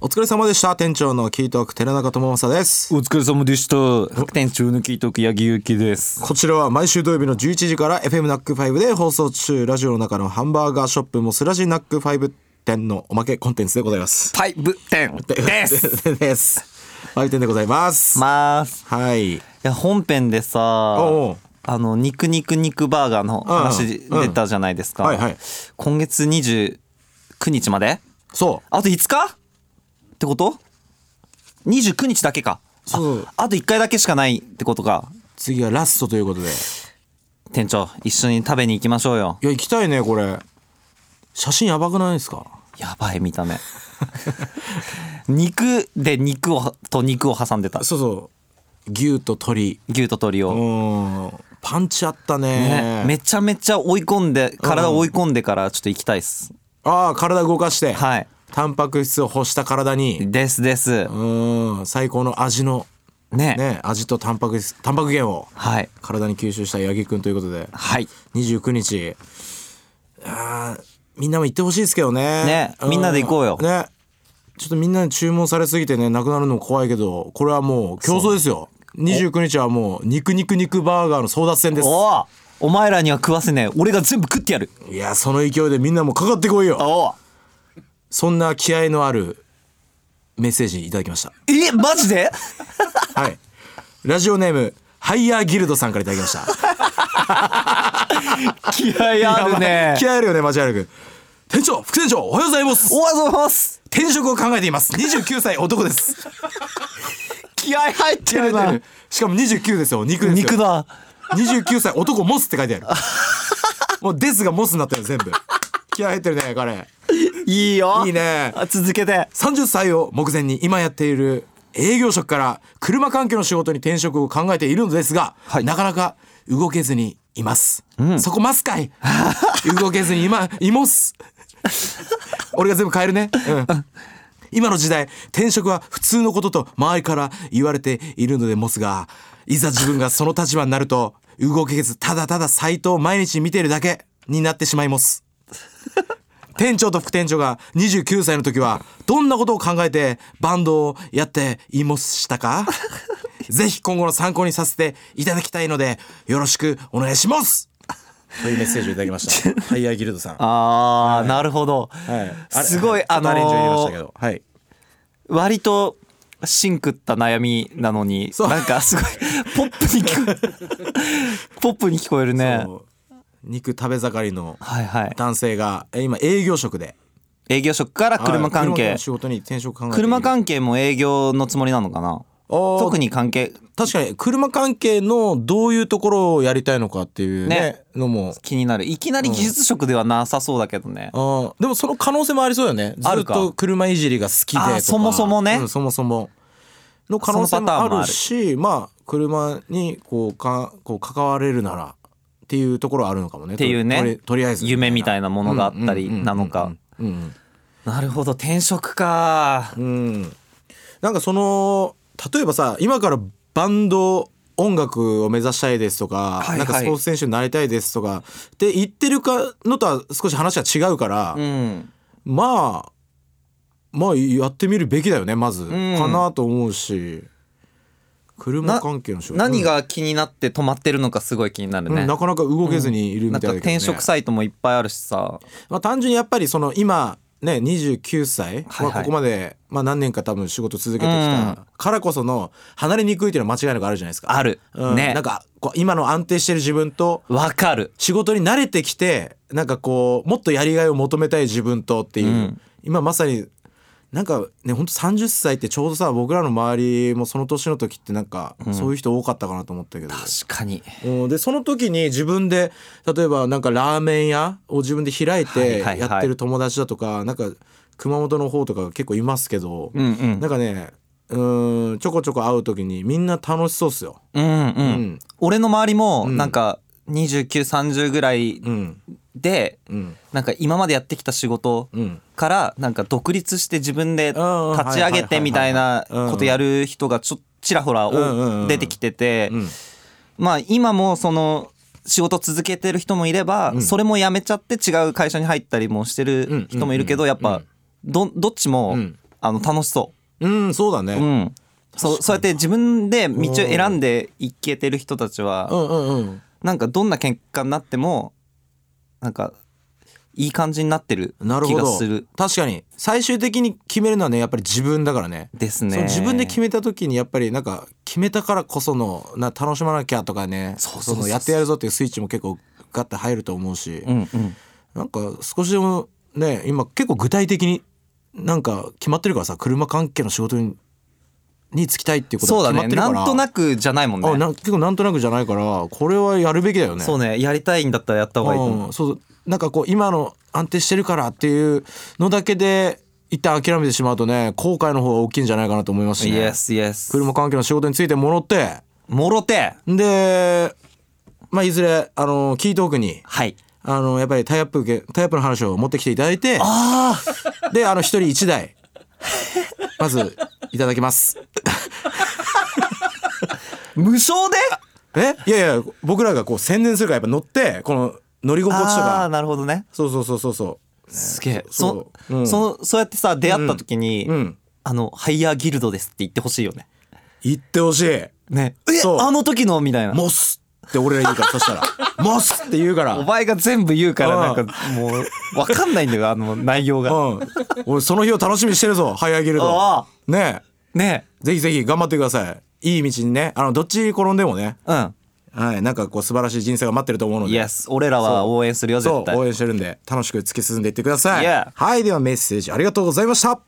お疲れ様でした店長のキートーク寺中智正ですお疲れ様でした。白天中抜きとく八木ゆきです。こちらは毎週土曜日の11時から FM ナック5で放送中ラジオの中のハンバーガーショップモスラジナック5店のおまけコンテンツでございますパイブ店です。 です売店でございます、ます。はいいや本編でさ、おうあの肉肉肉バーガーの話うん出たじゃないですか。はいはい今月29日まで。そうあと5日？ってこと？29日だけか。そうあと1回だけしかないってことか。次はラストということでい店長一緒に食べに行きましょうよ。や行きたいねこれ写真やばくないですかやばい見た 目。肉で肉をと肉を挟んでた。そうそう牛と鳥牛と鳥を。うんパンチあったねね、めちゃめちゃ追い込んで体を追い込んでからちょっと行きたいっす、ああ体動かして、はいタンパク質を欲した体にですですうん最高の味のねね味とタンパク質タンパク源をはい体に吸収した八木くんということではい29日あーみんなも行ってほしいですけどねねんみんなで行こうよねちょっとみんなに注文されすぎてねなくなるのも怖いけどこれはもう競争ですよ29日はもう肉肉肉バーガーの争奪戦ですおおお前らには食わせねえ俺が全部食ってやるいやその勢いでみんなもかかってこいよおそんな気合のあるメッセージいただきましたえマジではい。ラジオネーム、ハイヤーギルドさんからいただきました。 気合あるやばね い気合あるよね、間違いなく。店長、副店長、おはようございますお。はようございます転職を考えています。29歳男です。気合入ってるなしかも29ですよ、肉ですよ。肉。だ29歳男モスって書いてある。もうですがモスになってる全部。気合入ってるね、彼。いいよいいねあ続けて30歳を目前に今やっている営業職から車関係の仕事に転職を考えているのですが、はいなかなか動けずにいます、そこますかい動けずに今います俺が全部変えるね、うん、今の時代転職は普通のことと周りから言われているのでモスがいざ自分がその立場になると動けずただただサイトを毎日見ているだけになってしまいます店長と副店長が29歳の時はどんなことを考えてバンドをやっていましたかぜひ今後の参考にさせていただきたいのでよろしくお願いしますというメッセージをいただきました ハイヤーギルドさん、あー、なるほど、あれすごいちょあっとアレンジを入れましたのけーどはい割とシンクった悩みなのにそうなんか すごいポップに聞こえポップに聞こえるね肉食べ盛りのはいはい男性がえ今営業職で営業職から車は関い車係、の仕事に転職考えている車関係も営業のつもりなのかなあー特に関係確かに車関係のどういうところをやりたいのかっていうねねのも気になるいきなり技術職ではなさそうだけどね、あーでもその可能性もありそうよねずあっるかと車いじりが好きでとあかーそもそもねうんそもそもの可能性そのパターンももああるるしまあ車にこうかこう関われるならっていうところはあるのかもねっっていうねとりとりあえず夢みたいなものがあったりうんうんうんうんなのかうんなるほど転職かうん、うんなんかその例えばさ今からバンド音楽を目指したいですとか、はいはいなんかスポーツ選手になりたいですとかって言ってるかのとは少し話は違うから、うんまあまあやってみるべきだよねまず、んかなと思うし車関係の仕事何、が気になって止まってるのかすごい気になるうんね、なかなか動けずにいるみなたんいだけかど、ね転職サイトもいっぱいあるしさまあ、単純にやっぱりその今ね29歳、はいはいまあ、ここまで、まあ、何年か多分仕事続けてきうたからこその離れにくいっていうのは間違いなくあるじゃないですか。あるうんねなんかこう今の安定してる自分とわかる仕事に慣れてきてなんかこうもっとやりがいを求めたい自分とっていう、うん今まさになんかねほんと30歳ってちょうどさ僕らの周りもその年の時ってなんかそういう人多かったかなと思ったけど、確かにうんでその時に自分で例えばなんかラーメン屋を自分で開いてはいはいはいやってる友達だとか、なんか熊本の方とか結構いますけど、うんうんなんかねうんちょこちょこ会う時にみんな楽しそうっすよ。うんううんん俺の周りもんなんか2930ぐらいうんでうんなんか今までやってきた仕事うんからなんか独立して自分で立ち上げてみたいなことやる人がちょちらほらうんうんうんお出てきててうんまあ今もその仕事続けてる人もいればそれも辞めちゃって違う会社に入ったりもしてる人もいるけどやっぱどどっちもうんああの楽しそうんそうだう。うねん。そうそうやって自分で道を選んでいけてる人たちは、うんうんうんなんかどんな喧嘩になってもなんかいい感じになってるなる気ほがどする確かに最終的に決めるのはねやっぱり自分だからねですねその自分で決めた時にやっぱりなんか決めたからこそのな楽しまなきゃとかねそうそうそうそうのやってやるぞっていうスイッチも結構ガッて入ると思うし、うんうんなんか少しでもね今結構具体的になんか決まってるからさ車関係の仕事にに就きたいっていうことそうが決まだっねてるかならんとなくじゃないもんねあな結構なんとなくじゃないからこれはやるべきだよね。そうねやりたいんだったらやった方がいいと思ううん、そうなんかこう今の安定してるからっていうのだけで一旦諦めてしまうとね後悔の方が大きいんじゃないかなと思いますしイねエスイエス車関係の仕事についてもろってもろてで、まあ、いずれあのキートークにはいあのやっぱりタイアップけタイアップの話を持ってきていただいてあであの一人一台まずいただきます。ー無償でえいやいや僕らがこう宣伝するからやっぱ乗ってこの乗り心地とああーかなるほどねそうそうそうそうそうすげえそそううんそのそうやってさ出会った時に、うんあのハイヤーギルドですって言ってほしいよね行ってほしい。ねえそうあの時のみたいなモスって俺ら言うから、そしたら。モスって言うから。お前が全部言うからあなあんかもうわかんないんだよあの内容が。うん。俺その日を楽しみにしてるぞ、ハイアーギルド。あねねえ、ぜひぜひ頑張ってください。いい道にね、あの、どっちに転んでもね、えうん。はい、なんかこう素晴らしい人生が待ってると思うのイエで。ス俺らは応援するよそ絶う、対応。援してるんで、楽しく突き進んでいってください。 Yeah はい、ではメッセージありがとうございました。